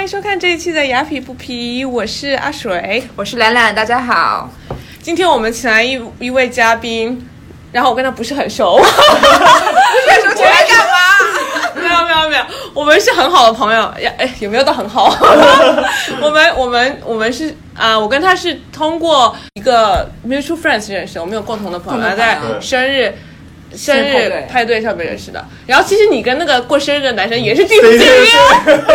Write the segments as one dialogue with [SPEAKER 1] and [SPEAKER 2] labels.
[SPEAKER 1] 迎收看这一期的雅痞不皮，我是阿水。
[SPEAKER 2] 我是兰兰，大家好。
[SPEAKER 1] 今天我们请来一一位嘉宾，然后我跟他不是很熟，不是很熟，请来干嘛？ 没有没有没有，我们是很好的朋友呀，哎，有没有到很 好？我们我们我们是啊、我跟他是通过一个 mutual friends 认识的，我们有共同的朋
[SPEAKER 2] 共
[SPEAKER 1] 友，
[SPEAKER 2] 同朋友
[SPEAKER 1] 在
[SPEAKER 2] 对
[SPEAKER 1] 生日。生
[SPEAKER 2] 日派
[SPEAKER 1] 日
[SPEAKER 2] 对
[SPEAKER 1] 派对上面认识的，然后其实你跟那个过生日的男生也是第一次
[SPEAKER 3] 对
[SPEAKER 1] 见
[SPEAKER 3] 对
[SPEAKER 1] 面，
[SPEAKER 3] 对，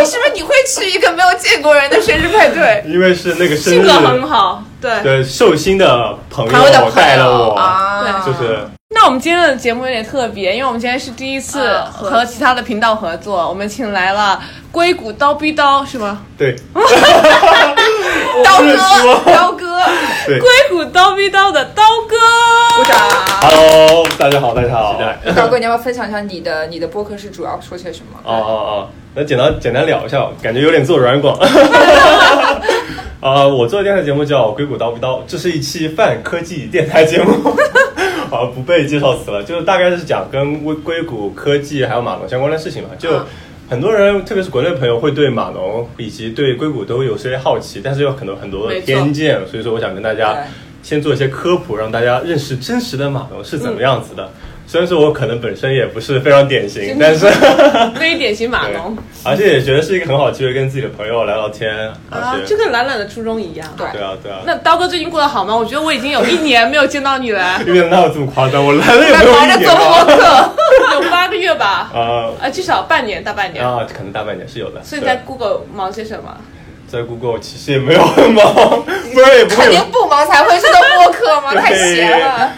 [SPEAKER 2] 为什么你会去一个没有见过人的生日派对？
[SPEAKER 3] 因为是那个生
[SPEAKER 1] 性
[SPEAKER 3] 日
[SPEAKER 1] 格很好，对。
[SPEAKER 3] 的寿星的朋
[SPEAKER 2] 朋友的朋
[SPEAKER 3] 友
[SPEAKER 2] 友
[SPEAKER 3] 带了我，
[SPEAKER 2] 啊，
[SPEAKER 3] 就是
[SPEAKER 1] 那我们今天的节目有点特别，因为我们今天是第一次
[SPEAKER 2] 啊合作
[SPEAKER 1] 和其他的频道合作，我们请来了硅谷刀逼刀是吗？
[SPEAKER 3] 对，
[SPEAKER 2] 刀
[SPEAKER 3] 我不是
[SPEAKER 2] 哥，
[SPEAKER 3] 说
[SPEAKER 2] 刀哥，
[SPEAKER 3] 哦对
[SPEAKER 1] 硅谷刀逼刀的刀哥，
[SPEAKER 2] 鼓掌。
[SPEAKER 3] ，Hello，大家好，大家好，
[SPEAKER 2] 刀啊哥，你要不要分享一下你的你的播客是主要说些什么？
[SPEAKER 3] 哦哦哦，那简单简单聊一下，感觉有点做软 广。啊、我做的电台节目叫《硅谷叨不叨》，这是一期泛科技电台节目， 啊，不背介绍词了，就是大概是讲跟硅硅谷科技还有码农相关的事情嘛。就
[SPEAKER 1] 啊
[SPEAKER 2] 嗯
[SPEAKER 3] 很多人，特别是国内朋友，会对码农以及对硅谷都有些好奇，但是有很多很多
[SPEAKER 1] 没
[SPEAKER 3] 的
[SPEAKER 1] 错
[SPEAKER 3] 偏见，所以说我想跟大家
[SPEAKER 2] 对
[SPEAKER 3] 先做一些科普，让大家认识真实的码农是
[SPEAKER 1] 嗯
[SPEAKER 3] 怎么样子的。虽然说我可能本身也不是非常典型，但是。
[SPEAKER 1] 非典型码
[SPEAKER 3] 对
[SPEAKER 1] 农
[SPEAKER 3] 而且也觉得是一个很好的机会，跟自己的朋友聊聊天。
[SPEAKER 1] 啊
[SPEAKER 3] 而，且
[SPEAKER 1] 这跟懒懒的初衷一样。
[SPEAKER 2] 对
[SPEAKER 3] 对啊对啊，，
[SPEAKER 1] 那刀哥最近过得好吗？我觉得我已经有一年没有见到你了
[SPEAKER 3] 因为哪有这么夸张？我来了也没有
[SPEAKER 2] 忙着
[SPEAKER 3] 一
[SPEAKER 2] 做
[SPEAKER 3] 年吧？
[SPEAKER 2] 播客，
[SPEAKER 1] 有八个月吧，
[SPEAKER 3] 啊
[SPEAKER 1] 啊，至少半年，大半年。
[SPEAKER 3] 啊，可能大半年是有的。
[SPEAKER 1] 所以你在 Google 忙些什么？
[SPEAKER 3] 对在 Google 其实也没有很忙，不然也不
[SPEAKER 2] 肯
[SPEAKER 3] 会有
[SPEAKER 2] 定不忙才会是个播客吗？
[SPEAKER 3] 对
[SPEAKER 2] 太闲了。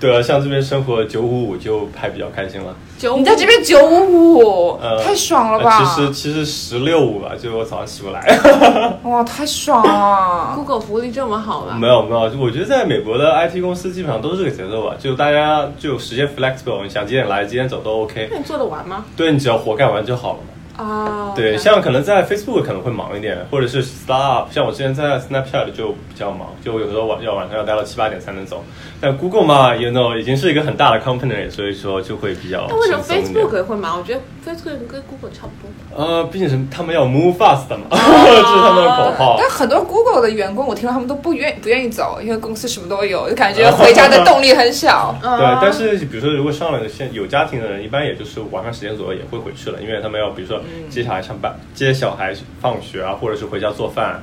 [SPEAKER 3] 对啊，像这边生活九五五就还比较开心了。
[SPEAKER 1] 九五
[SPEAKER 2] 你在这边九五五
[SPEAKER 3] 呃，
[SPEAKER 2] 太爽了吧？
[SPEAKER 3] 呃其实其实十六五吧，就是我早上起不来。
[SPEAKER 2] 哇，太爽了！
[SPEAKER 1] Google 福利这么好吗？
[SPEAKER 3] 没有没有，我觉得在美国的 IT 公司基本上都是这个节奏吧，就大家就时间 flexible，你想几点来几点走都 OK
[SPEAKER 1] 那。你做得完吗？
[SPEAKER 3] 对你只要活干完就好了嘛。
[SPEAKER 1] 啊，
[SPEAKER 3] 对，
[SPEAKER 1] OK
[SPEAKER 3] 像可能在 Facebook 可能会忙一点，或者是 Startup，像我之前在 Snapchat 就比较忙，就有时候晚要晚上要待到七八点才能走。但 Google 嘛，you know，已经是一个很大的 company，所以说就会比较
[SPEAKER 1] 那为什么
[SPEAKER 3] 轻松一点
[SPEAKER 1] Facebook 会忙？我觉得 Facebook 跟 Google 差不多。
[SPEAKER 3] 呃，毕竟是他们要 move fast
[SPEAKER 1] 啊
[SPEAKER 3] 嘛， 这是他们的口号。
[SPEAKER 2] 但很多 Google 的员工，我听说他们都不愿不愿意走，因为公司什么都有，就感觉
[SPEAKER 3] 呃
[SPEAKER 2] 回家的动力很 小。
[SPEAKER 1] 啊
[SPEAKER 3] 对，但是比如说，如果上了现有家庭的人，一般也就是晚上十点左右也会回去了，因为他们要比如说
[SPEAKER 1] 嗯
[SPEAKER 3] 接小孩上班、接小孩放学啊，或者是回家做饭，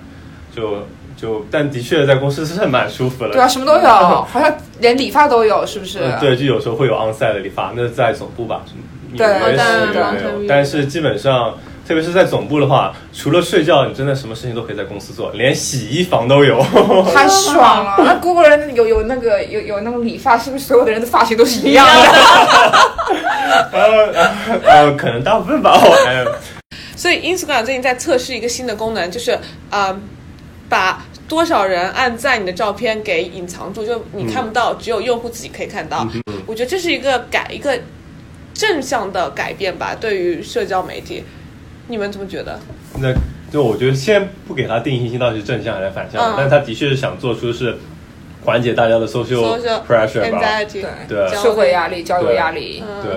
[SPEAKER 3] 就就但的确在公司是蛮舒服的。
[SPEAKER 2] 对啊，什么都有，好像连理发都有，是不是？
[SPEAKER 1] 啊
[SPEAKER 3] 呃，对，就有时候会有 onsite 的理发，那在总部吧，你
[SPEAKER 2] 对
[SPEAKER 3] 们也
[SPEAKER 1] 但
[SPEAKER 3] 是有没
[SPEAKER 1] 但
[SPEAKER 3] 有？但是基本上，特别是在总部的话，除了睡觉，你真的什么事情都可以在公司做，连洗衣房 都有。
[SPEAKER 2] 太爽了！那 Google 人有有那个有有那种理发，是不是所有的人的发型都是一样的？
[SPEAKER 3] 呃呃，可能大部分吧，我还
[SPEAKER 1] 所以 Instagram 最近在测试一个新的功能，就是呃，把多少人按赞你的照片给隐藏住，就你看不到，
[SPEAKER 3] 嗯
[SPEAKER 1] 只有用户自己可以看到。我觉得这是一个改一个正向的改变吧，对于社交媒体，你们怎么觉得？
[SPEAKER 3] 那就我觉得先不给他定义性到底是正向还是反向，
[SPEAKER 1] 嗯
[SPEAKER 3] 但他的确是想做出是缓解大家的 social
[SPEAKER 1] Social
[SPEAKER 3] pressure 吧。
[SPEAKER 1] anxiety，
[SPEAKER 2] 对
[SPEAKER 3] 对
[SPEAKER 1] 焦虑
[SPEAKER 2] 社会压力、交友压力，
[SPEAKER 1] 嗯
[SPEAKER 3] 对。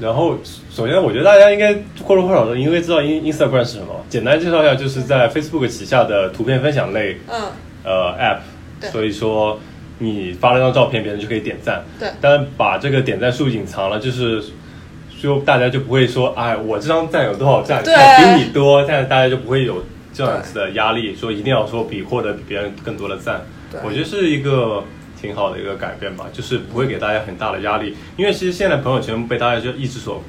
[SPEAKER 3] 然后，首先我觉得大家应该或多或少的应该知道 In Instagram 是什么。简单介绍一下，就是在 Facebook 旗下的图片分享类
[SPEAKER 1] 嗯，
[SPEAKER 3] 呃 App，
[SPEAKER 1] 对
[SPEAKER 3] 所以说你发了张照片，别人就可以点赞。
[SPEAKER 1] 对
[SPEAKER 3] 但把这个点赞数隐藏了，就是就大家就不会说，哎，我这张赞有多少赞，
[SPEAKER 1] 对
[SPEAKER 3] 比你多，但是大家就不会有这样子的压力，说一定要说比获得比别人更多的赞
[SPEAKER 2] 对。
[SPEAKER 3] 我觉得是一个。挺好的一个改变吧，就是不会给大家很大的压力，因为其实现在朋友圈被大家就一直所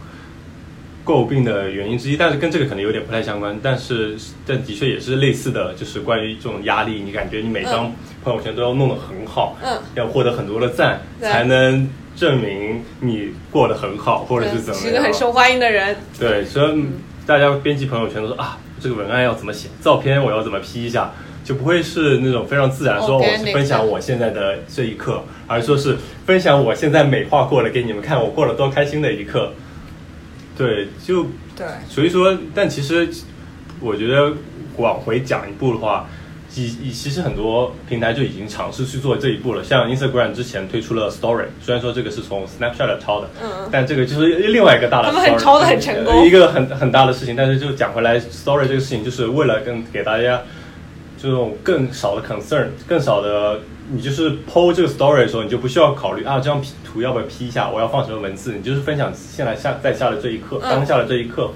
[SPEAKER 3] 诟病的原因之一，但是跟这个可能有点不太相关，但是但的确也是类似的，就是关于这种压力，你感觉你每张朋友圈都要弄得很好，
[SPEAKER 1] 嗯，
[SPEAKER 3] 要获得很多的赞，
[SPEAKER 1] 对
[SPEAKER 3] 才能证明你过得很好，或者是怎
[SPEAKER 1] 是
[SPEAKER 3] 么
[SPEAKER 1] 一个
[SPEAKER 3] 样
[SPEAKER 1] 很，受欢迎的人。
[SPEAKER 3] 对，所以大家编辑朋友圈都说啊，这个文案要怎么写，照片我要怎么 P 一下。就不会是那种非常自然说我
[SPEAKER 1] Organic
[SPEAKER 3] 是分享我现在的这一刻，而说是分享我现在美化过了给你们看，我过了多开心的一刻。对，就
[SPEAKER 2] 对
[SPEAKER 3] 所以说，但其实我觉得往回讲一步的话，以以其实很多平台就已经尝试去做这一步了，像 Instagram 之前推出了 Story，虽然说这个是从 Snapchat 来抄的，
[SPEAKER 1] 嗯
[SPEAKER 3] 但这个就是另外一个大的 story,
[SPEAKER 1] 他们很抄得很成功
[SPEAKER 3] 呃一个很很大的事情。但是就讲回来，Story 这个事情就是为了跟给大家这种更少的 concern，更少的你就是 PO 这个 Story 的时候，你就不需要考虑啊这张 P 图要不要 P 一下，我要放什么文字，你就是分享现在下在下的这一刻，
[SPEAKER 1] 嗯
[SPEAKER 3] 当下的这一刻。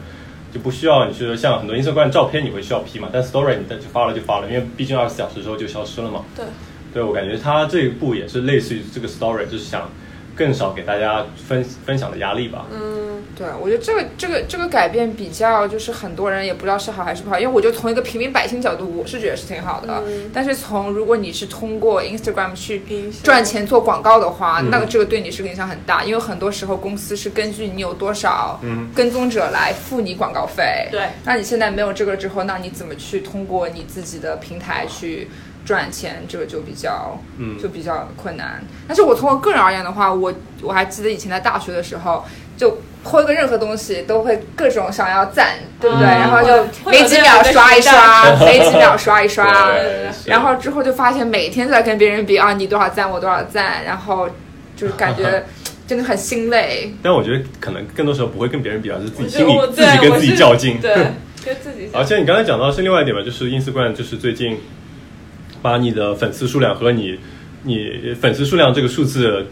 [SPEAKER 3] 就不需要你去像很多 Instagram 照片你会需要 P 嘛，但 Story 你的就发了就发了，因为毕竟二十四小时之后就消失了嘛。
[SPEAKER 1] 对，
[SPEAKER 3] 对我感觉他这一步也是类似于这个 Story，就是想更少给大家分分享的压力吧。
[SPEAKER 1] 嗯，
[SPEAKER 2] 对，我觉得这个这个这个改变比较就是很多人也不知道是好还是不好，因为我就从一个平民百姓角度，我是觉得是挺好的。
[SPEAKER 1] 嗯
[SPEAKER 2] 但是从如果你是通过 Instagram 去
[SPEAKER 1] 影响
[SPEAKER 2] 赚钱做广告的话，
[SPEAKER 3] 嗯
[SPEAKER 2] 那个这个对你是个影响很大，因为很多时候公司是根据你有多少
[SPEAKER 3] 嗯
[SPEAKER 2] 跟踪者来付你广告费。
[SPEAKER 1] 对
[SPEAKER 2] 那你现在没有这个之后，那你怎么去通过你自己的平台去赚钱？这个就比较
[SPEAKER 3] 嗯
[SPEAKER 2] 就比较困难。但是我从我个人而言的话，我我还记得以前在大学的时候，就抛一个任何东西都会各种想要赞，对不对？
[SPEAKER 1] 嗯
[SPEAKER 2] 然后就
[SPEAKER 1] 会有
[SPEAKER 2] 每几秒刷一刷，每几秒刷一刷。
[SPEAKER 3] 对是
[SPEAKER 2] 然后之后就发现每天都在跟别人比啊，你多少赞，我多少赞，然后就是感 觉真的很心累。
[SPEAKER 3] 但我觉得可能更多时候不会跟别人比较，是自
[SPEAKER 1] 我觉得
[SPEAKER 3] 己心里
[SPEAKER 1] 我
[SPEAKER 3] 自己
[SPEAKER 1] 对
[SPEAKER 3] 跟
[SPEAKER 1] 我
[SPEAKER 3] 自己
[SPEAKER 1] 是
[SPEAKER 3] 较劲。
[SPEAKER 1] 对，跟自己较
[SPEAKER 3] 而且你刚才讲到是另外一点吧，就是 Instagram 就是最近把你的粉丝数量和你你粉丝数量这个数字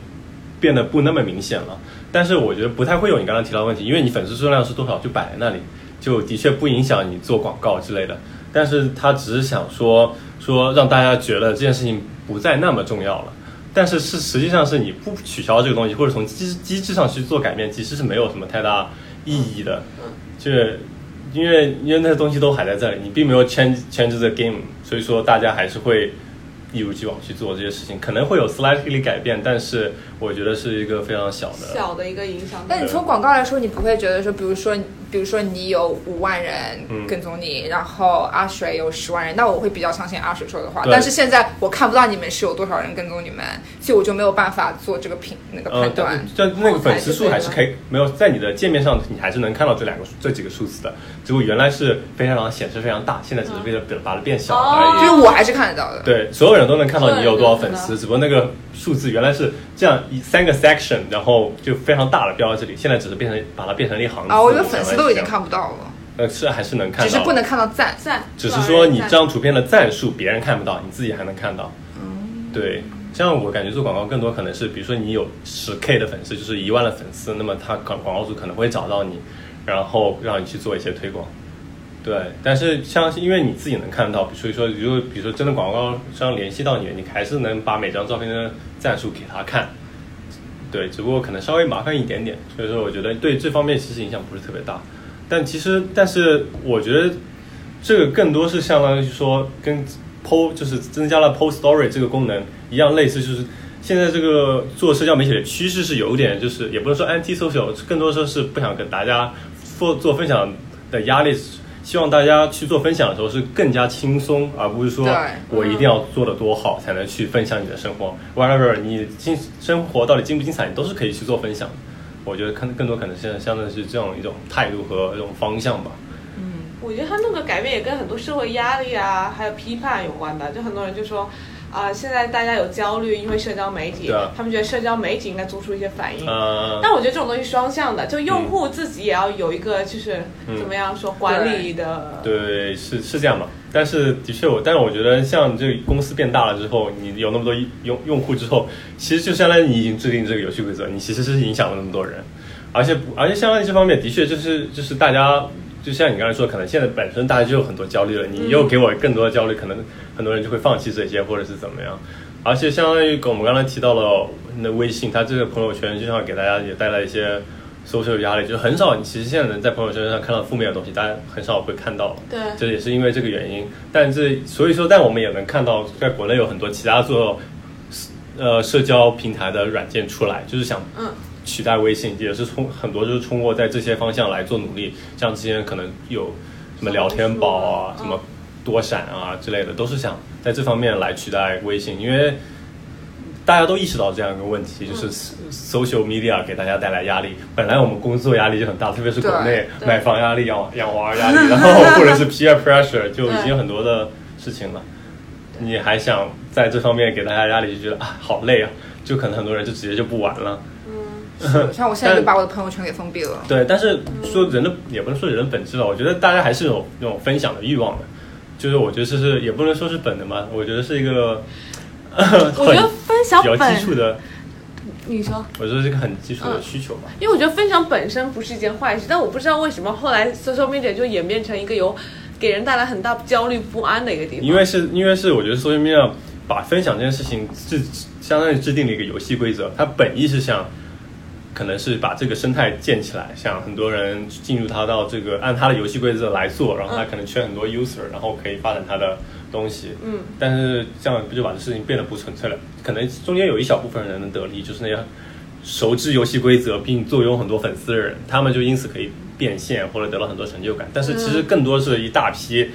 [SPEAKER 3] 变得不那么明显了。但是我觉得不太会有你刚才提到的问题，因为你粉丝数量是多少就摆在那里，就的确不影响你做广告之类的。但是他只是想说说让大家觉得这件事情不再那么重要了。但是是实际上是你不取消这个东西，或者从机机制上去做改变，其实是没有什么太大意义的。就是因为因为那些东西都还在这里，你并没有 change change the game，所以说大家还是会一如既往去做这些事情，可能会有 slightly 改变，但是我觉得是一个非常小的。
[SPEAKER 1] 小的一个影响。
[SPEAKER 2] 那你从广告来说，你不会觉得说，比如说，比如说你有五万人
[SPEAKER 3] 嗯
[SPEAKER 2] 跟踪你，然后阿水有十万人，那我会比较相信阿水说的话。
[SPEAKER 3] 对
[SPEAKER 2] 但是现在我看不到你们是有多少人跟踪你们，所以我就没有办法做这个评那个
[SPEAKER 3] 呃
[SPEAKER 2] 判，断。
[SPEAKER 3] 但但那个粉丝数还是可
[SPEAKER 1] 嗯
[SPEAKER 3] 以没有在你的界面上，你还是能看到这两个数这几个数字的，只不过原来是非常显示非常大，现在只是为了把它变小而已。
[SPEAKER 1] 嗯哦
[SPEAKER 2] 就是我还是看得到的。
[SPEAKER 3] 对，所有人都能看到你有多少
[SPEAKER 1] 所有人都
[SPEAKER 3] 粉
[SPEAKER 1] 能看到
[SPEAKER 3] 丝，只不过那个数字原来是这样一三个 section，然后就非常大的标在这里，现在只是变成把它变成了一行字。
[SPEAKER 2] 啊，我觉得粉丝都已经
[SPEAKER 3] 相当于是这样
[SPEAKER 2] 看不到了，
[SPEAKER 3] 呃，是还是能看到
[SPEAKER 2] 只
[SPEAKER 3] 的，
[SPEAKER 2] 是不能看到赞。
[SPEAKER 1] 赞，
[SPEAKER 3] 只是说你这张图片的赞数别人看不到，你自己还能看到。对，像我感觉做广告更多可能是，比如说你有十 K 的粉丝，就是一万的粉丝，那么他广广告主可能会找到你，然后让你去做一些推广。对，但是像是因为你自己能看到，所以说如果比如说真的广告商联系到你，你还是能把每张照片的赞数给他看。对，只不过可能稍微麻烦一点点，所以说我觉得对这方面其实影响不是特别大。但其实，但是我觉得这个更多是相当于说跟 PO 就是增加了 PO Story 这个功能一样，类似就是现在这个做社交媒体的趋势是有点就是也不是说 anti social，更多说是不想跟大家做做分享的压力。希望大家去做分享的时候是更加轻松，而不是说
[SPEAKER 2] 对
[SPEAKER 3] 我一定要做的多好才能去分享你的生活。Whatever，你精生活到底精不精彩，你都是可以去做分享的。我觉得看更多可能是相当于是这种一种态度和一种方向吧。
[SPEAKER 1] 我觉得他那个改变也跟很多社会压力啊，还有批判有关吧。就很多人就说，啊、现在大家有焦虑，因为社交媒体，
[SPEAKER 3] 对啊
[SPEAKER 1] 他们觉得社交媒体应该做出一些反应。
[SPEAKER 3] 呃，
[SPEAKER 1] 但我觉得这种东西双向的，就
[SPEAKER 3] 嗯
[SPEAKER 1] 用户自己也要有一个就是、怎么样说管理的，
[SPEAKER 3] 对，是是这样吧。但是的确我，但是我觉得像这个公司变大了之后，你有那么多用用户之后，其实就相当于你已经制定这个游戏规则，你其实是影响了那么多人，而且不而且相当于这方面的确就是就是大家。就像你刚才说，可能现在本身大家就有很多焦虑了，你又给我更多的焦虑，可能很多人就会放弃这些，或者是怎么样。而且相当于我们刚才提到了那微信，它这个朋友圈就像给大家也带来一些 social 压力，就很少。你其实现在能在朋友圈上看到负面的东西，大家很少会看到了。
[SPEAKER 1] 对
[SPEAKER 3] 这也是因为这个原因。但这所以说，但我们也能看到，在国内有很多其他做呃社交平台的软件出来，就是想
[SPEAKER 1] 嗯
[SPEAKER 3] 取代微信，也是通很多就是通过在这些方向来做努力。像之前可能有什么聊天宝啊，
[SPEAKER 1] 小红
[SPEAKER 3] 什
[SPEAKER 1] 书啊
[SPEAKER 3] 么多闪啊之类的，都是想在这方面来取代微信，因为。大家都意识到这样一个问题，就是
[SPEAKER 1] 嗯
[SPEAKER 3] social media 给大家带来压力。本来我们工作压力就很大，特别是国内
[SPEAKER 1] 对对
[SPEAKER 3] 买房 压力、养养娃儿压力，然后或者是 peer pressure，就已经有很多的事情了。你还想在这方面给大家压力，就觉得啊好累啊，就可能很多人就直接就不玩了。
[SPEAKER 2] 是像我现在就把我的朋友圈给封闭了。
[SPEAKER 3] 对，但是说人的也不能说人的本质吧，我觉得大家还是有那种分享的欲望的，就是我觉得这是也不能说是本能吧，我觉得是一个，
[SPEAKER 1] 我觉得分享
[SPEAKER 3] 比较基础
[SPEAKER 1] 本，嗯
[SPEAKER 3] 的，
[SPEAKER 1] 你说，
[SPEAKER 3] 我觉得是一个很基础的需求吧。
[SPEAKER 1] 因为我觉得分享本身不是一件坏事，但我不知道为什么后来 social media 就演变成一个有给人带来很大焦虑不安的一个地方。
[SPEAKER 3] 因为是因为是我觉得 social media 把分享这件事情制相当于制定了一个游戏规则，它本意是想可能是把这个生态建起来，想很多人进入它到这个按它的游戏规则来做，然后它可能缺很多 user，然后可以发展它的东西。
[SPEAKER 1] 嗯，
[SPEAKER 3] 但是这样不就把这事情变得不纯粹了？可能中间有一小部分人能得利，就是那些熟知游戏规则并坐拥很多粉丝的人，他们就因此可以变现或者得到很多成就感。但是
[SPEAKER 1] 嗯
[SPEAKER 3] 其实更多是一大批，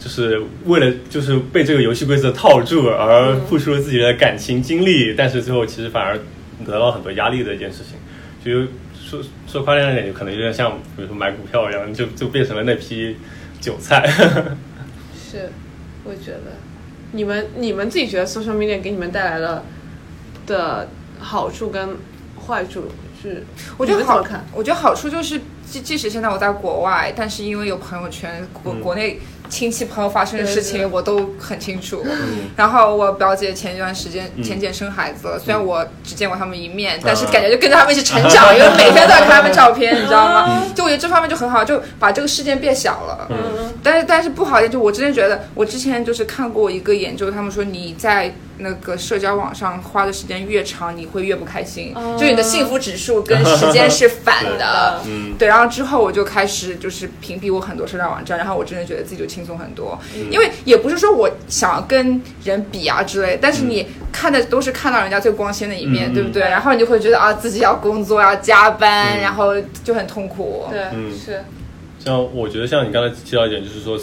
[SPEAKER 3] 就是为了就是被这个游戏规则套住而付出了自己的感情经历，但是最后其实反而得到很多压力的一件事情。就说说夸张一点，就可能有点像比如说买股票一样，就就变成了那批韭菜。
[SPEAKER 1] 是，我觉得你们你们自己觉得 social media 给你们带来了的好处跟坏处是，
[SPEAKER 2] 我觉
[SPEAKER 1] 你
[SPEAKER 2] 得
[SPEAKER 1] 们怎么
[SPEAKER 2] 好
[SPEAKER 1] 看，
[SPEAKER 2] 我觉得好处就是，即即使现在我在国外，但是因为有朋友圈，国、
[SPEAKER 3] 嗯
[SPEAKER 2] 国内亲戚朋友发生的事
[SPEAKER 1] 对对
[SPEAKER 2] 情我都很清楚。然后我表姐前一段时间
[SPEAKER 3] 嗯
[SPEAKER 2] 前姐生孩子了，虽然我只见过他们一面，
[SPEAKER 3] 啊
[SPEAKER 2] 但是感觉就跟着他们一起成 长，因为每天都要看他们照片，你知道
[SPEAKER 1] 啊
[SPEAKER 2] 吗？就我觉得这方面就很好，就把这个事件变小了。
[SPEAKER 1] 嗯，
[SPEAKER 2] 但是但是不好一点，就我真的觉得，我之前就是看过一个研究，他们说你在那个社交网上花的时间越长，你会越不开心，
[SPEAKER 1] 哦
[SPEAKER 2] 就你的幸福指数跟时间是反 的。
[SPEAKER 3] 嗯，
[SPEAKER 2] 对，然后之后我就开始就是屏蔽我很多社交网站，然后我真的觉得自己就轻松很多，
[SPEAKER 3] 嗯
[SPEAKER 2] 因为也不是说我想要跟人比啊之类，但是你看的都是看到人家最光鲜的一面，
[SPEAKER 3] 嗯
[SPEAKER 2] 对不对？然后你就会觉得啊，自己要工作要加班，然后就很痛苦。
[SPEAKER 1] 对，
[SPEAKER 3] 嗯
[SPEAKER 1] 是，
[SPEAKER 3] 像我觉得像你刚才提到一点，就是说，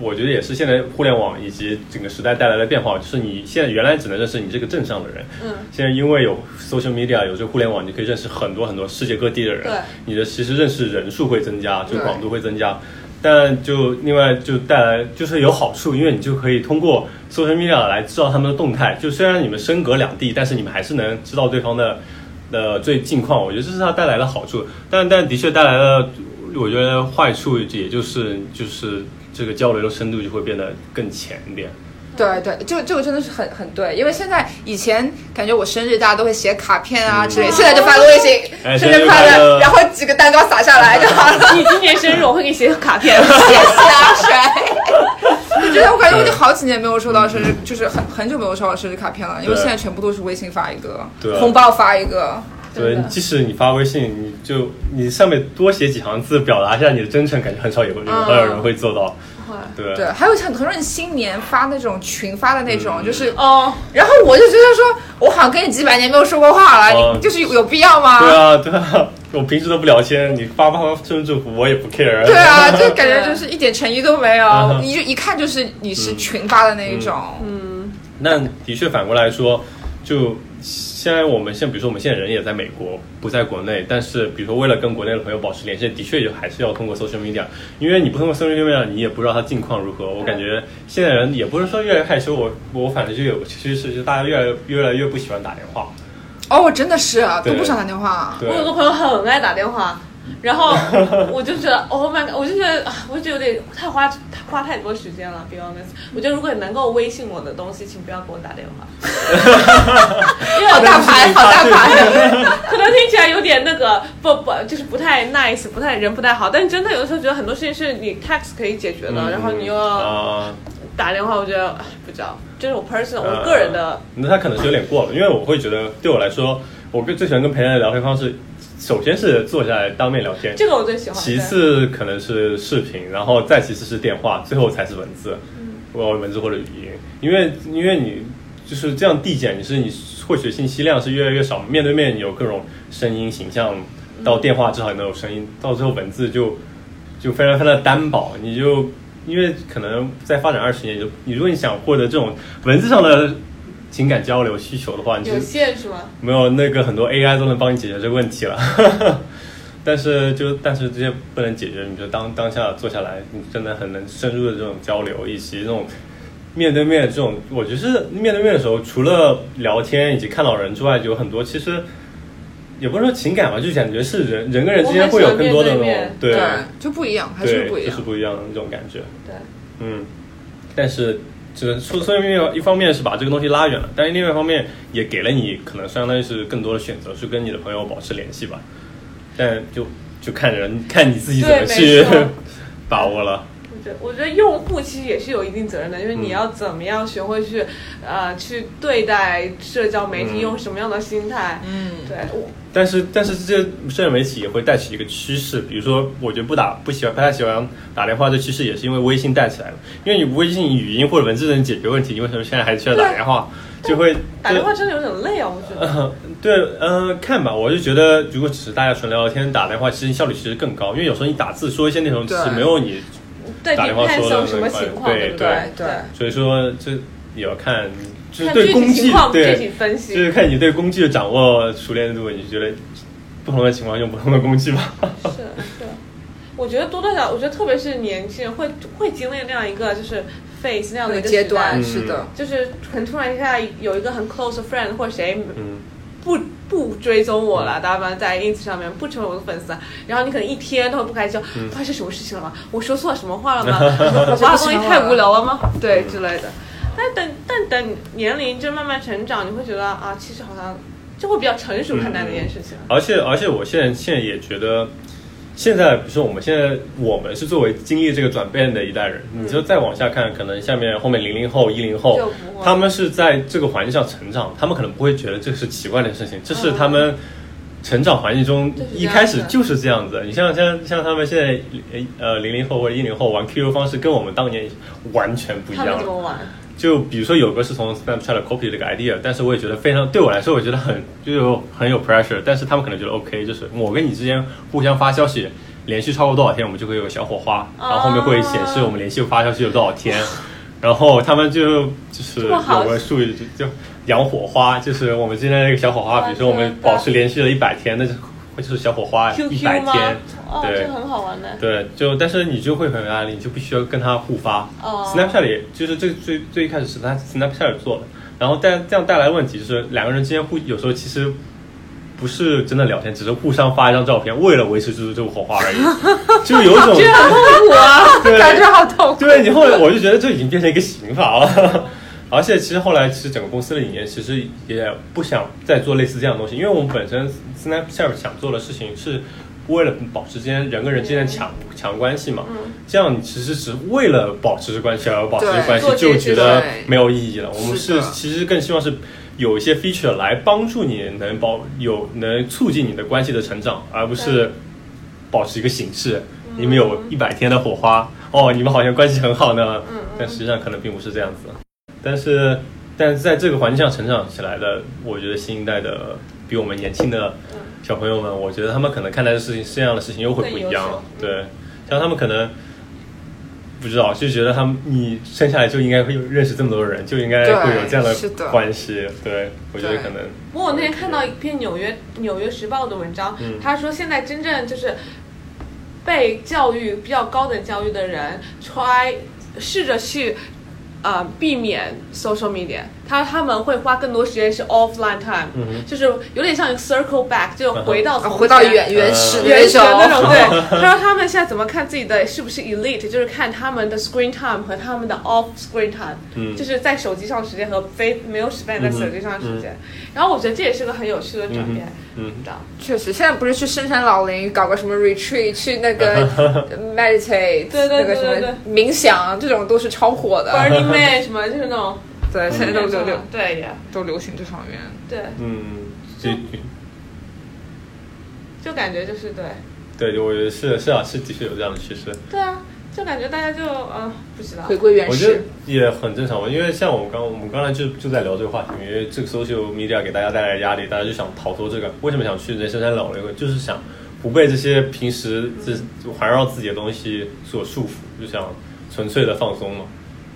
[SPEAKER 3] 我觉得也是现在互联网以及整个时代带来的变化，就是你现在原来只能认识你这个镇上的人，
[SPEAKER 1] 嗯，
[SPEAKER 3] 现在因为有 social media，有这个互联网，你可以认识很多很多世界各地的人
[SPEAKER 1] 对，
[SPEAKER 3] 你的其实认识人数会增加，就
[SPEAKER 2] 对
[SPEAKER 3] 广度会增加。但就另外就带来就是有好处，因为你就可以通过 social media 来知道他们的动态。就虽然你们身隔两地，但是你们还是能知道对方的呃最近况。我觉得这是它带来的好处，但但的确带来了，我觉得坏处也就是就是这个交流的深度就会变得更浅一点。
[SPEAKER 2] 对对，这个这个真的是很很对，因为现在以前感觉我生日大家都会写卡片啊之类，现在就发个微信，
[SPEAKER 3] 嗯哎
[SPEAKER 2] 生
[SPEAKER 3] 生日
[SPEAKER 2] 日快
[SPEAKER 3] 快乐
[SPEAKER 2] 乐，然后几个蛋糕撒下来就好了，
[SPEAKER 1] 你今年生日我会给你写个卡片，
[SPEAKER 2] 谢谢阿水。我觉得我感觉我就好几年没有收到生日，就是很很久没有收到生日卡片了，因为
[SPEAKER 3] 对
[SPEAKER 2] 现在全部都是微信发一个
[SPEAKER 3] 对，啊
[SPEAKER 2] 红包发一个。
[SPEAKER 3] 对
[SPEAKER 1] 真，的
[SPEAKER 3] 即使你发微信，你就你上面多写几行字表达一下你的真诚，感觉很少有人
[SPEAKER 1] 嗯
[SPEAKER 3] 很少有人会做到。对，啊
[SPEAKER 2] 对，还有很多人新年发那种群发的那种，就是，
[SPEAKER 1] 哦，
[SPEAKER 2] 然后我就觉得说，我好像跟你几百年没有说过话了，
[SPEAKER 3] 哦
[SPEAKER 2] 你就是有有必要吗？
[SPEAKER 3] 对啊，对啊，我平时都不聊天，你发发生日祝福我也不 care。
[SPEAKER 2] 对 啊，就感觉就是一点诚意都没
[SPEAKER 3] 嗯
[SPEAKER 2] 有，你就一看就是你是群发的那一种。
[SPEAKER 3] 那的确反过来说，就现在我们现比如说我们现在人也在美国，不在国内，但是比如说为了跟国内的朋友保持联系，的确也还是要通过 social media，因为你不通过 social media，你也不知道他近况如何。我感觉现在人也不是说越来越害羞，我我反正就有趋势，就大家越来越越来越不喜欢打电话。
[SPEAKER 2] 哦，我真的是
[SPEAKER 3] 对
[SPEAKER 2] 都不想打电话。
[SPEAKER 3] 对
[SPEAKER 1] 我有个朋友很爱打电话，然后我就觉得，Oh my god，我就觉得，啊我就觉得有点太花太花太多时间了，be honest。我觉得如果你能够微信我的东西，请不要给我打电话， 因为
[SPEAKER 2] 好
[SPEAKER 1] 我
[SPEAKER 2] 大牌，好大 牌！
[SPEAKER 1] 可能听起来有点那个不不，就是不太 nice，不太人不太好，但真的有的时候觉得很多事情是你 text 可以解
[SPEAKER 3] 嗯
[SPEAKER 1] 决的，然后你又要
[SPEAKER 3] 啊，
[SPEAKER 1] 打电话，我觉得唉不知道，这是我 personal
[SPEAKER 3] 呃
[SPEAKER 1] 我个人的，
[SPEAKER 3] 那他可能是有点过了，因为我会觉得对我来说，我跟最喜欢跟朋友的聊天方式，首先是坐下来当面聊天，
[SPEAKER 1] 这个我最喜欢。
[SPEAKER 3] 其
[SPEAKER 1] 对
[SPEAKER 3] 次可能是视频，然后再其次是电话，最后才是文字，
[SPEAKER 1] 嗯
[SPEAKER 3] 我文字或者语音，因为因为你就是这样递减，你是你获取的信息量是越来越少，面对面有各种声音形象，到电话至少能有声音，到最后文字就就非常非常的单薄，你就因为可能再发展二十年，你就你如果你想获得这种文字上的情感交流需求的话，你就
[SPEAKER 1] 有限是吗？
[SPEAKER 3] 没有那个很多 AI 都能帮你解决这个问题了， 但是就但是这些不能解决，你就当当下坐下来，你真的很能深入的这种交流，以及这种面对面这种，我觉得是面对面的时候，除了聊天以及看到人之外，有很多其实也不是说情感吧，就感觉是人人跟人之间会有更多的那
[SPEAKER 1] 我很喜欢面对
[SPEAKER 3] 种
[SPEAKER 1] 面
[SPEAKER 3] 对
[SPEAKER 2] 就不一样，还是
[SPEAKER 3] 对，
[SPEAKER 2] 不一
[SPEAKER 3] 就
[SPEAKER 2] 样
[SPEAKER 3] 是。不一样的那种感觉。
[SPEAKER 1] 对，
[SPEAKER 3] 嗯，但是只能说，所以一方面是把这个东西拉远了，但是另外一方面也给了你可能相当于是更多的选择，去跟你的朋友保持联系吧。但就就看人看你自己怎
[SPEAKER 1] 对
[SPEAKER 3] 么去
[SPEAKER 1] 没错
[SPEAKER 3] 把握了。
[SPEAKER 1] 我觉得我觉得用户其实也是有一定责任的，就是你
[SPEAKER 3] 嗯
[SPEAKER 1] 要怎么样学会去，呃，去对待社交媒体，
[SPEAKER 3] 嗯
[SPEAKER 1] 用什么样的心态。
[SPEAKER 2] 嗯，
[SPEAKER 1] 对，我
[SPEAKER 3] 但是但是这社交媒体也会带起一个趋势，比如说，我觉得不打不喜欢不太喜欢打电话这趋势，也是因为微信带起来了。因为你微信语音或者文字能解决问题，你为什么现在还需要打电话？就会
[SPEAKER 1] 打电话真的有点累啊，我觉得。
[SPEAKER 3] 呃对，呃，看吧，我就觉得如果只是大家纯聊聊天打电话，其实效率其实更高，因为有时候你打字说一些内容，其
[SPEAKER 2] 对
[SPEAKER 3] 实没有你，
[SPEAKER 1] 对，
[SPEAKER 3] 打
[SPEAKER 1] 你
[SPEAKER 3] 电话
[SPEAKER 1] 看
[SPEAKER 3] 说
[SPEAKER 1] 像
[SPEAKER 3] 的
[SPEAKER 1] 什
[SPEAKER 3] 那
[SPEAKER 1] 么
[SPEAKER 3] 一块
[SPEAKER 1] 情况，
[SPEAKER 3] 对
[SPEAKER 1] 不
[SPEAKER 3] 对
[SPEAKER 1] 对？
[SPEAKER 2] 对
[SPEAKER 3] 所以说这也要看，就是
[SPEAKER 1] 看
[SPEAKER 3] 对
[SPEAKER 1] 具
[SPEAKER 3] 工
[SPEAKER 1] 体
[SPEAKER 3] 具
[SPEAKER 1] 情况具体
[SPEAKER 3] 对，
[SPEAKER 1] 分
[SPEAKER 3] 就
[SPEAKER 1] 析。
[SPEAKER 3] 是看你对工具的掌握熟练度，你就觉得不同的情况用不同的工具吧。
[SPEAKER 1] 是是，我觉得多多少少，我觉得特别是年轻人会会经历那样一个就是 face 那样的一
[SPEAKER 2] 对
[SPEAKER 1] 个
[SPEAKER 2] 阶
[SPEAKER 1] 时代
[SPEAKER 2] 段
[SPEAKER 3] 嗯
[SPEAKER 2] 是的，
[SPEAKER 1] 就是很突然一下有一个很 close 的 friend 或者谁
[SPEAKER 3] 嗯，
[SPEAKER 1] 不不追踪我了，大家反正在 ins 上面不成为我的粉丝，啊然后你可能一天都会不开心，
[SPEAKER 3] 嗯
[SPEAKER 1] 发生什么事情了吗？我说错了什么话了 吗？我发的东西太无聊了吗？对之类的。但等但等年龄就慢慢成长，你会觉得啊，其实好像就会比较成熟看待这件事情。
[SPEAKER 3] 而且而且我现在现在也觉得，现在比如说我们现在我们是作为经历这个转变的一代人，你就再往下看，可能下面后面零零后、一零后
[SPEAKER 1] 嗯就不，会
[SPEAKER 3] 他们是在这个环境上成长，他们可能不会觉得这是奇怪的事情，这是他们。成长环境中
[SPEAKER 1] 嗯就是这样
[SPEAKER 3] 一开始就是这样子，你像像像他们现在呃零零后或者一零后玩 QQ 方式跟我们当年完全不一
[SPEAKER 1] 他
[SPEAKER 3] 样
[SPEAKER 1] 们
[SPEAKER 3] 了
[SPEAKER 1] 怎。么玩？
[SPEAKER 3] 就比如说有个是从 Snapchat copy 这个 idea，但是我也觉得非常对我来说，我觉得很 就有很有 pressure，但是他们可能觉得 OK，就是我跟你之间互相发消息，连续超过多少天，我们就会有小火花，然
[SPEAKER 1] 哦
[SPEAKER 3] 后后面会显示我们连续发消息有多少 天，然后他们就就是
[SPEAKER 1] 这么好
[SPEAKER 3] 有个术语就就养火花，就是我们之间的那个小火花，
[SPEAKER 1] 啊
[SPEAKER 3] 比如说我们保持连续了一百天，那就就是小火花一
[SPEAKER 1] QQ
[SPEAKER 3] 百
[SPEAKER 1] 吗
[SPEAKER 3] 天，？
[SPEAKER 1] 哦，
[SPEAKER 3] 对
[SPEAKER 1] 这很好玩的。
[SPEAKER 3] 对，就但是你就会很有压力，你就必须要跟他互发。
[SPEAKER 1] 哦
[SPEAKER 3] Snapchat 也就是最最最一开始是他 Snapchat 做的，然后但这样带来的问题就是两个人之间互有时候其实不是真的聊天，只是互相发一张照片，为了维持住这个火花而已，就有一种
[SPEAKER 2] 我 感觉好痛苦。
[SPEAKER 3] 对你后来，我就觉得这已经变成一个刑罚了。 而且其实后来，其实整个公司的理念其实也不想再做类似这样的东西，因为我们本身 Snapchat 想做的事情是为了保持之间人跟人之间的强
[SPEAKER 2] 嗯
[SPEAKER 3] 强关系嘛。这样你其实只为了保持这关系而保持这
[SPEAKER 2] 对
[SPEAKER 3] 关系
[SPEAKER 1] 做，这
[SPEAKER 3] 就
[SPEAKER 1] 个
[SPEAKER 3] 觉
[SPEAKER 1] 事
[SPEAKER 3] 得
[SPEAKER 2] 情
[SPEAKER 3] 没有意义了。我们
[SPEAKER 2] 是
[SPEAKER 3] 是
[SPEAKER 2] 的
[SPEAKER 3] 其实更希望是有一些 feature 来帮助你能保有能促进你的关系的成长，而不是保持一个形式。你们有一百天的火花哦，你们好像关系很好呢，但实际上可能并不是这样子。但是，但是在这个环境下成长起来的，我觉得新一代的比我们年轻的小朋友们，我觉得他们可能看待的事情这样的事情又会不一
[SPEAKER 1] 更优
[SPEAKER 3] 样
[SPEAKER 1] 秀。嗯
[SPEAKER 3] 对，像他们可能不知道，就觉得他们你生下来就应该会有认识这么多人，就应该
[SPEAKER 2] 对
[SPEAKER 3] 会有这样
[SPEAKER 2] 是的
[SPEAKER 3] 关系。对，我觉得
[SPEAKER 2] 对
[SPEAKER 3] 可能
[SPEAKER 1] 不过我那天看到一篇纽约《纽约时报》的文章
[SPEAKER 3] 嗯，
[SPEAKER 1] 他说现在真正就是被教育比较高等教育的人，try 试着去呃避免 social media，他他们会花更多时间是 offline time，、
[SPEAKER 3] 嗯哼嗯
[SPEAKER 1] 就是有点像一个 circle back，就回到
[SPEAKER 2] 啊
[SPEAKER 1] 从前、
[SPEAKER 2] 回到原原始的
[SPEAKER 1] 原始的那
[SPEAKER 2] 种
[SPEAKER 1] 种， 对。 他说他们现在怎么看自己的是不是 elite，就是看他们的 screen time 和他们的 off screen time，、
[SPEAKER 3] 嗯
[SPEAKER 1] 就是在手机上的时间和非没有 spend 在手机上的时间。然后我觉得这也是个很有趣的转变，
[SPEAKER 3] 嗯
[SPEAKER 1] 你知道吗？
[SPEAKER 2] 确实，现在不是去深山老林搞个什么 retreat，去那 个 meditate，
[SPEAKER 1] 对对对
[SPEAKER 2] 那个什
[SPEAKER 1] 对
[SPEAKER 2] 么冥想，这种都是超火的。
[SPEAKER 1] Burning Man 什么就是那种，
[SPEAKER 2] 对，现在
[SPEAKER 1] 嗯
[SPEAKER 2] 都流流
[SPEAKER 1] 对呀，
[SPEAKER 2] 都流行这方面。
[SPEAKER 1] 对，
[SPEAKER 3] 嗯，就
[SPEAKER 1] 就感觉就是对，
[SPEAKER 3] 对，我觉得是是啊，是的确有这样的趋势。
[SPEAKER 1] 对啊，就感觉大家就嗯、呃不知道
[SPEAKER 2] 回，归原
[SPEAKER 3] 我觉得
[SPEAKER 2] 始，
[SPEAKER 3] 也很正常吧，因为像我们刚我们刚才就就在聊这个话题，因为这个 social media 啊给大家带来的压力，大家就想逃脱这个。为什么想去人深山老林？就是想不被这些平时这环绕自己的东西所束缚，就想纯粹的放松嘛。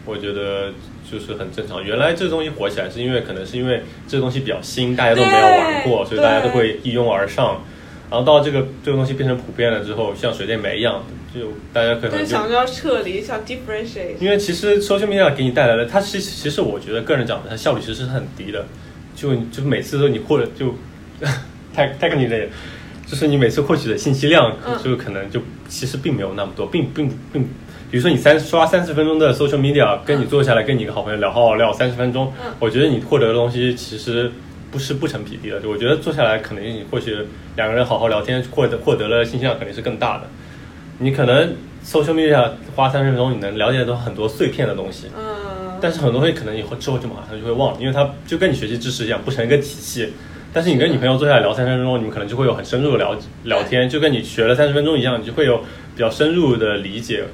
[SPEAKER 3] 我觉得就是很正常。原来这东西火起来，是因为可能是因为这东西比较新，大家都没有玩过，
[SPEAKER 1] 对
[SPEAKER 3] 所以大家都会一拥而上。然后到这个这个东西变成普遍了之后，像水电煤一样，就大家可
[SPEAKER 1] 但
[SPEAKER 3] 能
[SPEAKER 1] 是
[SPEAKER 3] 就
[SPEAKER 1] 想着要撤离，想 differentiate。
[SPEAKER 3] 因为其实 social media 给你带来的，它其实其实我觉得个人讲的，它效率其实是很低的。就就每次都你获得就太太跟你的，就是你每次获取的信息量，
[SPEAKER 1] 嗯
[SPEAKER 3] 就可能就其实并没有那么多，并并并，比如说你三刷三十分钟的 social media，跟你坐下来跟你一个好朋友聊好好聊三十分钟，
[SPEAKER 1] 嗯
[SPEAKER 3] 我觉得你获得的东西其实不是不成比例的。我觉得坐下来可能你或许两个人好好聊天，获得获得了信息量肯定是更大的。你可能 social media 花三十分钟，你能了解到很多碎片的东西，
[SPEAKER 1] 嗯，
[SPEAKER 3] 但是很多东西可能以后之后就马上就会忘了，因为它就跟你学习知识一样，不成一个体系。但是你跟女朋友坐下来聊三十分钟，你们可能就会有很深入的聊聊天，就跟你学了三十分钟一样，你就会有比较深入的理解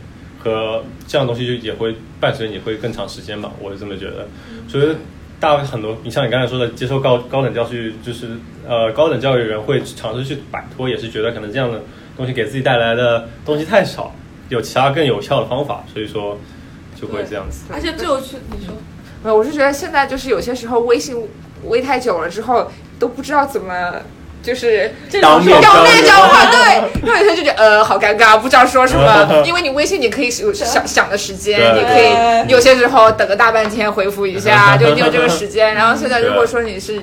[SPEAKER 3] 和这样的东西就也会伴随你会更长时间吧，我是这么觉得。所以大很多，你像你刚才说的，接受高高等教育，就是呃高等教育人会尝试去摆脱，也是觉得可能这样的东西给自己带来的东西太少，有其他更有效的方法，所以说就会这样子。
[SPEAKER 1] 而且最有趣，你说
[SPEAKER 2] 没有，我是觉得现在就是有些时候微信微太久了之后，都不知道怎么就是
[SPEAKER 1] 这
[SPEAKER 3] 当
[SPEAKER 1] 种
[SPEAKER 3] 面
[SPEAKER 2] 要那
[SPEAKER 3] 交
[SPEAKER 2] 张话，对，然后有些就觉得呃好尴尬，不知道说什 么，因为你微信你可以有想想的时间，
[SPEAKER 3] 对
[SPEAKER 2] 你可以有些时候等个大半天回复一下，就你有这个时间。然后现在如果说你是。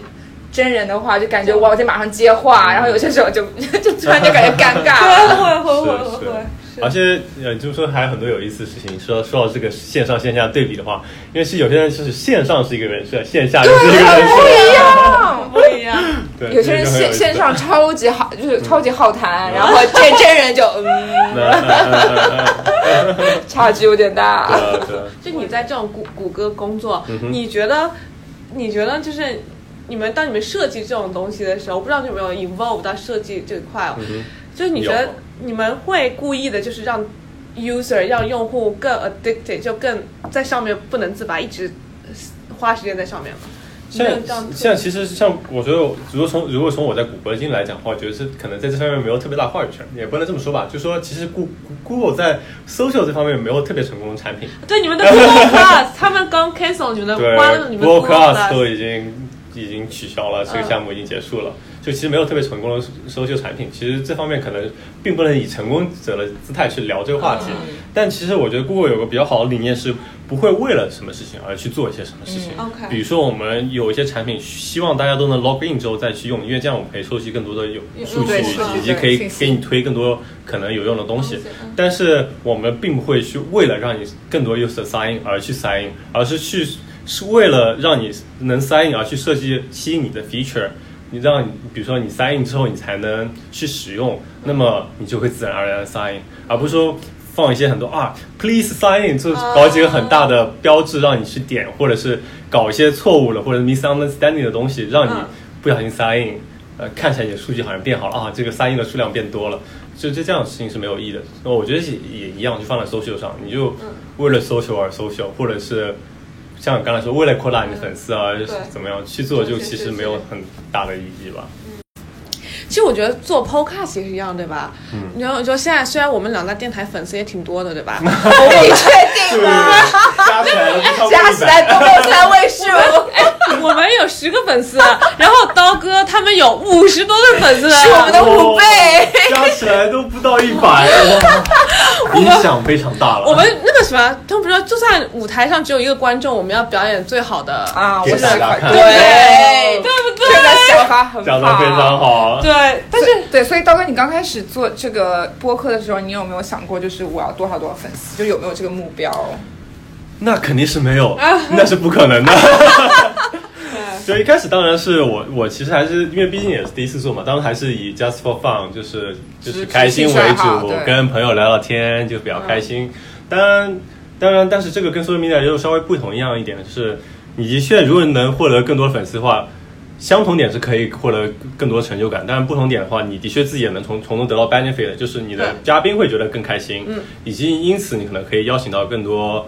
[SPEAKER 2] 真人的话，就感觉哇，我得马上接话，然后有些时候就就突然就感觉尴尬了。
[SPEAKER 1] 会会会
[SPEAKER 3] 是
[SPEAKER 1] 会
[SPEAKER 3] 是
[SPEAKER 1] 会是
[SPEAKER 3] 而且呃，就是说还有很多有意思的事情。说说到这个线上线下对比的话，因为是有些人就是线上是一个人设，线下又是一个人设，
[SPEAKER 2] 不一样，
[SPEAKER 1] 不一样。
[SPEAKER 3] 对，
[SPEAKER 2] 有些人
[SPEAKER 3] 这个就很有
[SPEAKER 2] 线
[SPEAKER 3] 意思
[SPEAKER 2] 线上超级好，就是超级好谈，然后见真人就嗯，
[SPEAKER 3] 那呃
[SPEAKER 2] 差距有点大。
[SPEAKER 3] 呃呃
[SPEAKER 1] 就你在这种谷谷歌工作，
[SPEAKER 3] 嗯哼
[SPEAKER 1] 你觉得，你觉得就是你们当你们设计这种东西的时候，我不知道你有没有 involve 到设计这一块哦，
[SPEAKER 3] 嗯
[SPEAKER 1] 就是你觉得
[SPEAKER 3] 有
[SPEAKER 1] 你们会故意的，就是让 user 让用户更 addicted，就更在上面不能自拔，一直花时间在上面吗？
[SPEAKER 3] 现
[SPEAKER 1] 你们有这
[SPEAKER 3] 在
[SPEAKER 1] 样做
[SPEAKER 3] 现在其实像我觉得，如果从如果从我在谷歌经来讲的话，我觉得是可能在这方面没有特别大话语权，也不能这么说吧。就说其实 Goo- Google 在 social 这方面没有特别成功的产品，
[SPEAKER 1] 对 你们的 Google Plus，他们刚 cancel 你们的
[SPEAKER 3] 对
[SPEAKER 1] 关了你们的
[SPEAKER 3] Google Class 都
[SPEAKER 1] Plus，
[SPEAKER 3] 已经已经取消了，这个
[SPEAKER 1] 嗯
[SPEAKER 3] 项目已经结束了。就其实没有特别成功的搜秀产品，其实这方面可能并不能以成功者的姿态去聊这个话题。
[SPEAKER 1] 嗯
[SPEAKER 3] 但其实我觉得 Google 有个比较好的理念是，不会为了什么事情而去做一些什么事情。
[SPEAKER 1] 嗯，OK
[SPEAKER 3] 比如说我们有一些产品，希望大家都能 log in 之后再去用，因为这样我们可以收集更多的有
[SPEAKER 1] 嗯
[SPEAKER 3] 数据
[SPEAKER 1] 对，
[SPEAKER 3] 以及可
[SPEAKER 2] 是
[SPEAKER 3] 以
[SPEAKER 2] 的
[SPEAKER 3] 给你推更多可能有用的东西
[SPEAKER 1] 东西嗯。
[SPEAKER 3] 但是我们并不会去为了让你更多 user sign in 而去 sign in，而是去是为了让你能 sign in 而去设计吸引你的 feature。你让你，比如说你 sign in 之后，你才能去使用，那么你就会自然而然的 sign in，而不是说放一些很多啊，please sign in，就是搞几个很大的标志让你去点，或者是搞一些错误的或者 misunderstanding 的东西，让你
[SPEAKER 1] 嗯
[SPEAKER 3] 不小心 sign in，呃，看起来你的数据好像变好了啊，这个 sign in 的数量变多了，就就这样的事情是没有意义的。那我觉得也也一样，就放在 social 上，你就为了 social 而 social，或者是像我刚才说，为了扩大你的粉丝啊，怎么样去做，就其实没有很大的意义吧。
[SPEAKER 1] 其实我觉得做 podcast 也是一样，对吧？嗯，然后你说现在虽然我们两大电台粉丝也挺多的，对吧？
[SPEAKER 2] 你确定吗？
[SPEAKER 3] 加起来都
[SPEAKER 2] 加起来都没有三位数，
[SPEAKER 1] 哎我们有十个粉丝，啊 然后刀哥他们有五十多个粉丝，啊
[SPEAKER 2] 是我们的五倍。
[SPEAKER 3] 哦加起来都不到一百，影响非常大了。
[SPEAKER 1] 我们那个什么，他们不是说就算舞台上只有一个观众，我们要表演最好的，
[SPEAKER 2] 啊，我
[SPEAKER 3] 给大
[SPEAKER 2] 是
[SPEAKER 3] 家看
[SPEAKER 1] 对对
[SPEAKER 2] 对，
[SPEAKER 1] 不
[SPEAKER 2] 这
[SPEAKER 1] 对？
[SPEAKER 2] 个想法很
[SPEAKER 3] 讲的非常
[SPEAKER 2] 好。
[SPEAKER 3] 好，
[SPEAKER 1] 对，但是
[SPEAKER 2] 对对，所以刀哥，你刚开始做这个播客的时候，你有没有想过，就是我要多少多少粉丝，就有没有这个目标？
[SPEAKER 3] 那肯定是没 有，
[SPEAKER 2] 啊
[SPEAKER 3] 那是不可能的。
[SPEAKER 2] 嗯
[SPEAKER 3] 就一开始当然是我，我其实还是因为毕竟也是第一次做嘛，当时还是以 just for fun，就是就是开心为
[SPEAKER 2] 兴趣爱好
[SPEAKER 3] 主
[SPEAKER 2] 对，嗯
[SPEAKER 3] 跟朋友聊聊天就比较开心。当然，当然，但是这个跟 social media 又稍微不同样一点，就是你的确如果能获得更多粉丝的话，相同点是可以获得更多成就感，但是不同点的话，你的确自己也能从从中得到 benefit，的就是你的
[SPEAKER 1] 对
[SPEAKER 3] 嘉宾会觉得更开心，
[SPEAKER 2] 嗯
[SPEAKER 3] 以及因此你可能可以邀请到更多，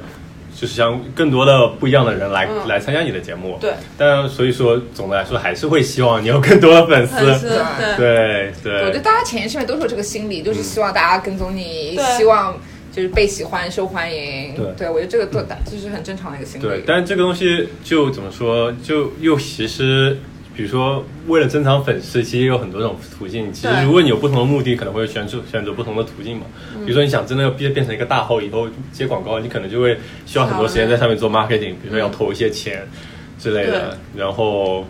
[SPEAKER 3] 就是像更多的不一样的人来、
[SPEAKER 1] 嗯
[SPEAKER 3] 来参加你的节目。
[SPEAKER 1] 对，
[SPEAKER 3] 但所以说总的来说还是会希望你有更多的粉丝。
[SPEAKER 1] 粉丝
[SPEAKER 2] 对
[SPEAKER 1] 对。
[SPEAKER 3] 对
[SPEAKER 2] 我觉得
[SPEAKER 3] 对，
[SPEAKER 2] 大家潜意识里面都是有这个心理，就是希望大家跟踪你，
[SPEAKER 1] 对
[SPEAKER 2] 希望就是被喜欢、受欢迎。
[SPEAKER 3] 对
[SPEAKER 2] 我觉得这个都就是很正常的一个心理。
[SPEAKER 3] 对，但这个东西就怎么说，就又其实。比如说为了增长粉丝，其实有很多种途径。其实
[SPEAKER 1] 对嗯
[SPEAKER 3] 如果你有不同的目的，可能会选择选择不同的途径嘛。比如说你想真的要变变成一个大号以后接广告，你可能就会需要很多时间在上面做 marketing，比
[SPEAKER 1] 嗯
[SPEAKER 3] 如说要投一些钱之类的。然后，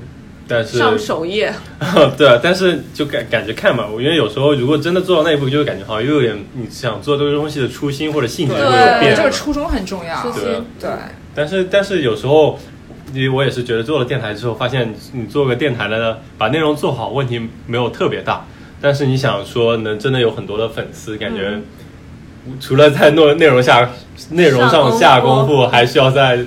[SPEAKER 3] 但是
[SPEAKER 1] 上首页，
[SPEAKER 3] 对啊，但是就感感觉看嘛，我觉得有时候如果真的做到那一步，就会感觉好像又有点你想做这个东西的初心或者性质会
[SPEAKER 1] 对
[SPEAKER 3] 有
[SPEAKER 2] 对，
[SPEAKER 3] 变
[SPEAKER 2] 这个
[SPEAKER 3] 了。
[SPEAKER 2] 初衷很重要
[SPEAKER 1] 初。心
[SPEAKER 3] 对啊
[SPEAKER 2] 对，
[SPEAKER 3] 但是但是有时候，因为我也是觉得做了电台之后，发现你做个电台的，把内容做好，问题没有特别大。但是你想说能真的有很多的粉丝，感觉除了在内内容下内容上嗯下功
[SPEAKER 1] 功
[SPEAKER 3] 夫，还需要在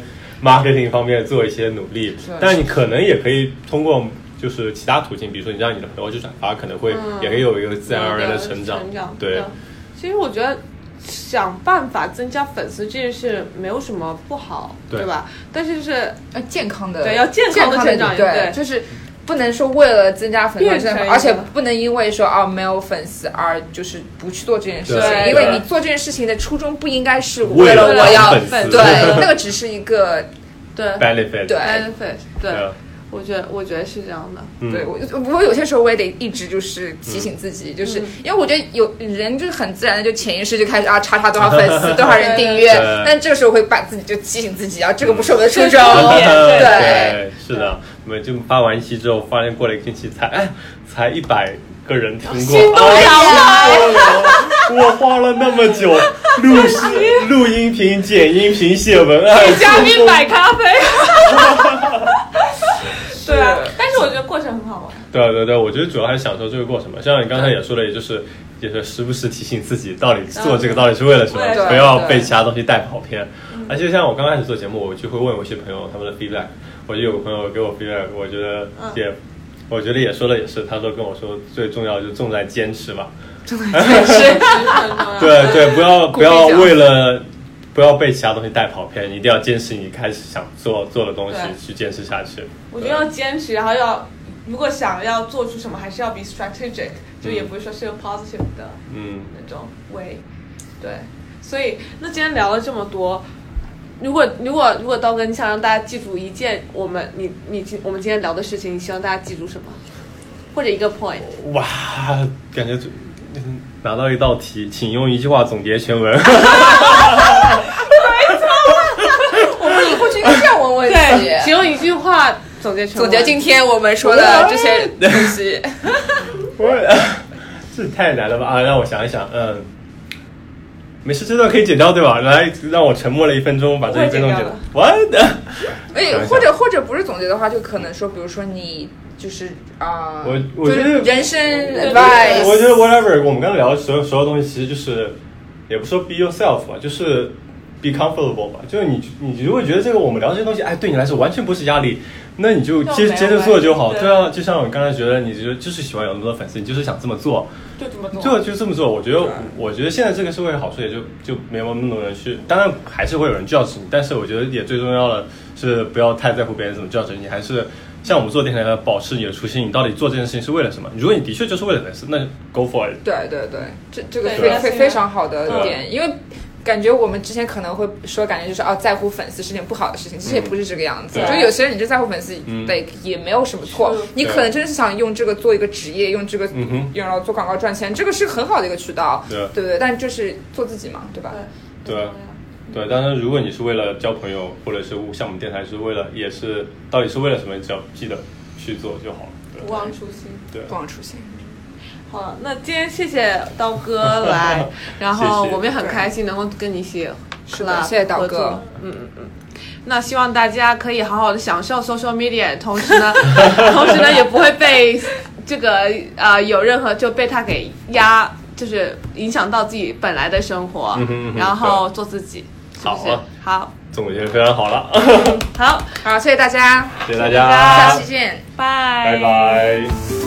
[SPEAKER 3] marketing 方面做一些努力
[SPEAKER 2] 是。
[SPEAKER 3] 但你可能也可以通过。就是其他途径，比如说你让你的朋友去转发，可能会
[SPEAKER 1] 嗯
[SPEAKER 3] 也可以有一个自然而然的成长。
[SPEAKER 1] 成长
[SPEAKER 3] 对，
[SPEAKER 1] 其实我觉得想办法增加粉丝这件事没有什么不好，
[SPEAKER 3] 对
[SPEAKER 1] 对吧？但是就是
[SPEAKER 2] 要呃健康的，
[SPEAKER 1] 对要健康的
[SPEAKER 2] 的
[SPEAKER 1] 成长
[SPEAKER 2] 对，
[SPEAKER 1] 对
[SPEAKER 2] 就是不能说为了增加粉
[SPEAKER 1] 变
[SPEAKER 2] 丝
[SPEAKER 1] 成一，个
[SPEAKER 2] 而且不能因为说啊没有粉丝而就是不去做这件事情，
[SPEAKER 1] 对
[SPEAKER 2] 因为
[SPEAKER 3] 对
[SPEAKER 2] 你做这件事情的初衷不应该是
[SPEAKER 3] 为
[SPEAKER 2] 了
[SPEAKER 3] 了
[SPEAKER 2] 我要
[SPEAKER 3] 粉丝
[SPEAKER 2] 对，那个只是一个
[SPEAKER 1] 对
[SPEAKER 3] benefit
[SPEAKER 2] 对
[SPEAKER 1] benefit，对
[SPEAKER 3] 啊，
[SPEAKER 1] 我觉得我觉得是这样的，
[SPEAKER 3] 嗯
[SPEAKER 2] 对我，我有些时候我也得一直就是提醒自己，就是
[SPEAKER 1] 嗯
[SPEAKER 2] 因为我觉得有人就是很自然的就潜意识就开始啊，查查多少粉丝，多少人订阅
[SPEAKER 3] 对，
[SPEAKER 2] 但这个时候会把自己就提醒自己啊，这个不是我的初衷
[SPEAKER 1] 这是重，点对
[SPEAKER 2] 对，
[SPEAKER 3] 是的，我们就发完一期之后，发现过了一个星期才哎才一百个人听过，
[SPEAKER 1] 心动了
[SPEAKER 3] 哎心动了我花了那么久录录音频、剪音频、写文案，
[SPEAKER 1] 给嘉
[SPEAKER 3] 做
[SPEAKER 1] 宾
[SPEAKER 3] 工
[SPEAKER 1] 买咖啡。 对啊
[SPEAKER 2] 是，
[SPEAKER 1] 但是我觉得过程很好啊玩。
[SPEAKER 3] 对对对，我觉得主要还是享受这个过程嘛。像你刚才也说的，也就是也是时不时提醒自己，到底做这个到底是为了什么
[SPEAKER 1] 嗯对，啊对嗯
[SPEAKER 3] 不要被其他东西带跑偏。而且像我刚开始做节目，我就会问我一些朋友他们的 feedback。我就有个朋友给我 feedback，我觉得
[SPEAKER 1] 嗯
[SPEAKER 3] 也，我觉得也说的也是，他说跟我说最重要就是重在坚持吧。 对对，不 要
[SPEAKER 2] 鼓
[SPEAKER 3] 不
[SPEAKER 2] 励
[SPEAKER 3] 要
[SPEAKER 2] 奖
[SPEAKER 3] 为了。
[SPEAKER 1] 啊
[SPEAKER 3] 不要被其他东西带跑偏，你一定要坚持你开始想做做的东西
[SPEAKER 1] 对
[SPEAKER 3] 去坚持下去。
[SPEAKER 1] 我觉得要坚持，然后要如果想要做出什么，还是要比 strategic，就也不是说是有 positive 的
[SPEAKER 3] 嗯，
[SPEAKER 1] 那种 way。对，所以那今天聊了这么多。如果如果如果刀哥，你想让大家记住一件我们你你今我们今天聊的事情，你希望大家记住什么， 或者一个 point？
[SPEAKER 3] 哇，感觉就嗯拿到一道题，请用一句话总结 全文。
[SPEAKER 2] 我们以后就应该这样问问 题
[SPEAKER 1] 对，只。用一句话总结全部
[SPEAKER 2] 总结今天我们说的这些东 西，
[SPEAKER 3] 我 这太难了吧？啊，让我想一想，嗯，没事，这段可以剪掉对吧？来，让我沉默了一分钟，把这一分钟剪掉。What？
[SPEAKER 2] 哎，或者或者不是总结的话，就可能说，比如说你就是啊，
[SPEAKER 3] 我我
[SPEAKER 2] 就
[SPEAKER 3] 觉
[SPEAKER 2] 是
[SPEAKER 3] 得
[SPEAKER 2] 人生
[SPEAKER 1] 对
[SPEAKER 2] advice，
[SPEAKER 3] 我觉得 whatever，我们刚才聊的所有所有东西，其实就是也不说 be yourself 吧，就是 be comfortable 吧。就是你你如果觉得这个我们聊这些东西，哎，对你来说完全不是压力，那你就
[SPEAKER 1] 那我
[SPEAKER 3] 接
[SPEAKER 1] 没有
[SPEAKER 3] 接着做就好。
[SPEAKER 1] 关系
[SPEAKER 3] 对啊，就像我刚才觉得，你就就是喜欢有那么多粉丝，你就是想这么做，
[SPEAKER 1] 就这么多。
[SPEAKER 3] 就就这么做，我觉得，我觉得现在这个社会的好处也就就没有那么多人去，当然还是会有人 judge 你，但是我觉得也最重要的是不要太在乎别人怎么 judge 你，还是像我们做电台的，保持你的初心，你到底做这件事情是为了什么？如果你的确就是为了粉丝，那 go for it。
[SPEAKER 2] 对对对，这这个
[SPEAKER 1] 对
[SPEAKER 2] 非
[SPEAKER 1] 对嗯
[SPEAKER 2] 非非常好的
[SPEAKER 3] 对
[SPEAKER 2] 点，因为感觉我们之前可能会说，感觉就是哦，在乎粉丝是件不好的事情，其实也不是这个样子。
[SPEAKER 3] 对
[SPEAKER 2] 就有些人你就在乎粉丝，
[SPEAKER 3] 嗯
[SPEAKER 2] 对，也没有什么错
[SPEAKER 1] 是。
[SPEAKER 2] 你可能真的是想用这个做一个职业，用这个
[SPEAKER 3] 嗯哼
[SPEAKER 2] 用来做广告赚钱，这个是很好的一个渠道，
[SPEAKER 3] 对
[SPEAKER 2] 对不对？但就是做自己嘛，对吧？
[SPEAKER 1] 对
[SPEAKER 3] 对对，当然如果你是为了交朋友，或者是像我们电台是为了，也是到底是为了什么，你只要记得去做就好了。
[SPEAKER 1] 不忘初心。
[SPEAKER 3] 对
[SPEAKER 2] 不
[SPEAKER 3] 对，
[SPEAKER 2] 忘初心。
[SPEAKER 1] 好了，那今天谢谢刀哥 来，然后
[SPEAKER 3] 谢谢
[SPEAKER 1] 我们也很开心能够跟你一起是
[SPEAKER 2] 的
[SPEAKER 1] 吧？
[SPEAKER 2] 谢谢刀哥
[SPEAKER 1] 合作，嗯嗯嗯。那希望大家可以好好的享受 social media，同时 呢，同时呢也不会被这个呃有任何就被他给压，就是影响到自己本来的生活，
[SPEAKER 3] 嗯哼嗯哼
[SPEAKER 1] 然后做自己，是不
[SPEAKER 3] 好
[SPEAKER 1] 是
[SPEAKER 3] 啊？
[SPEAKER 1] 好，
[SPEAKER 3] 总结得非常好了，
[SPEAKER 1] 好，
[SPEAKER 2] 好，谢谢大家，
[SPEAKER 3] 谢谢大
[SPEAKER 1] 谢谢大
[SPEAKER 3] 家
[SPEAKER 2] 下，期见。
[SPEAKER 1] 拜
[SPEAKER 3] 拜拜。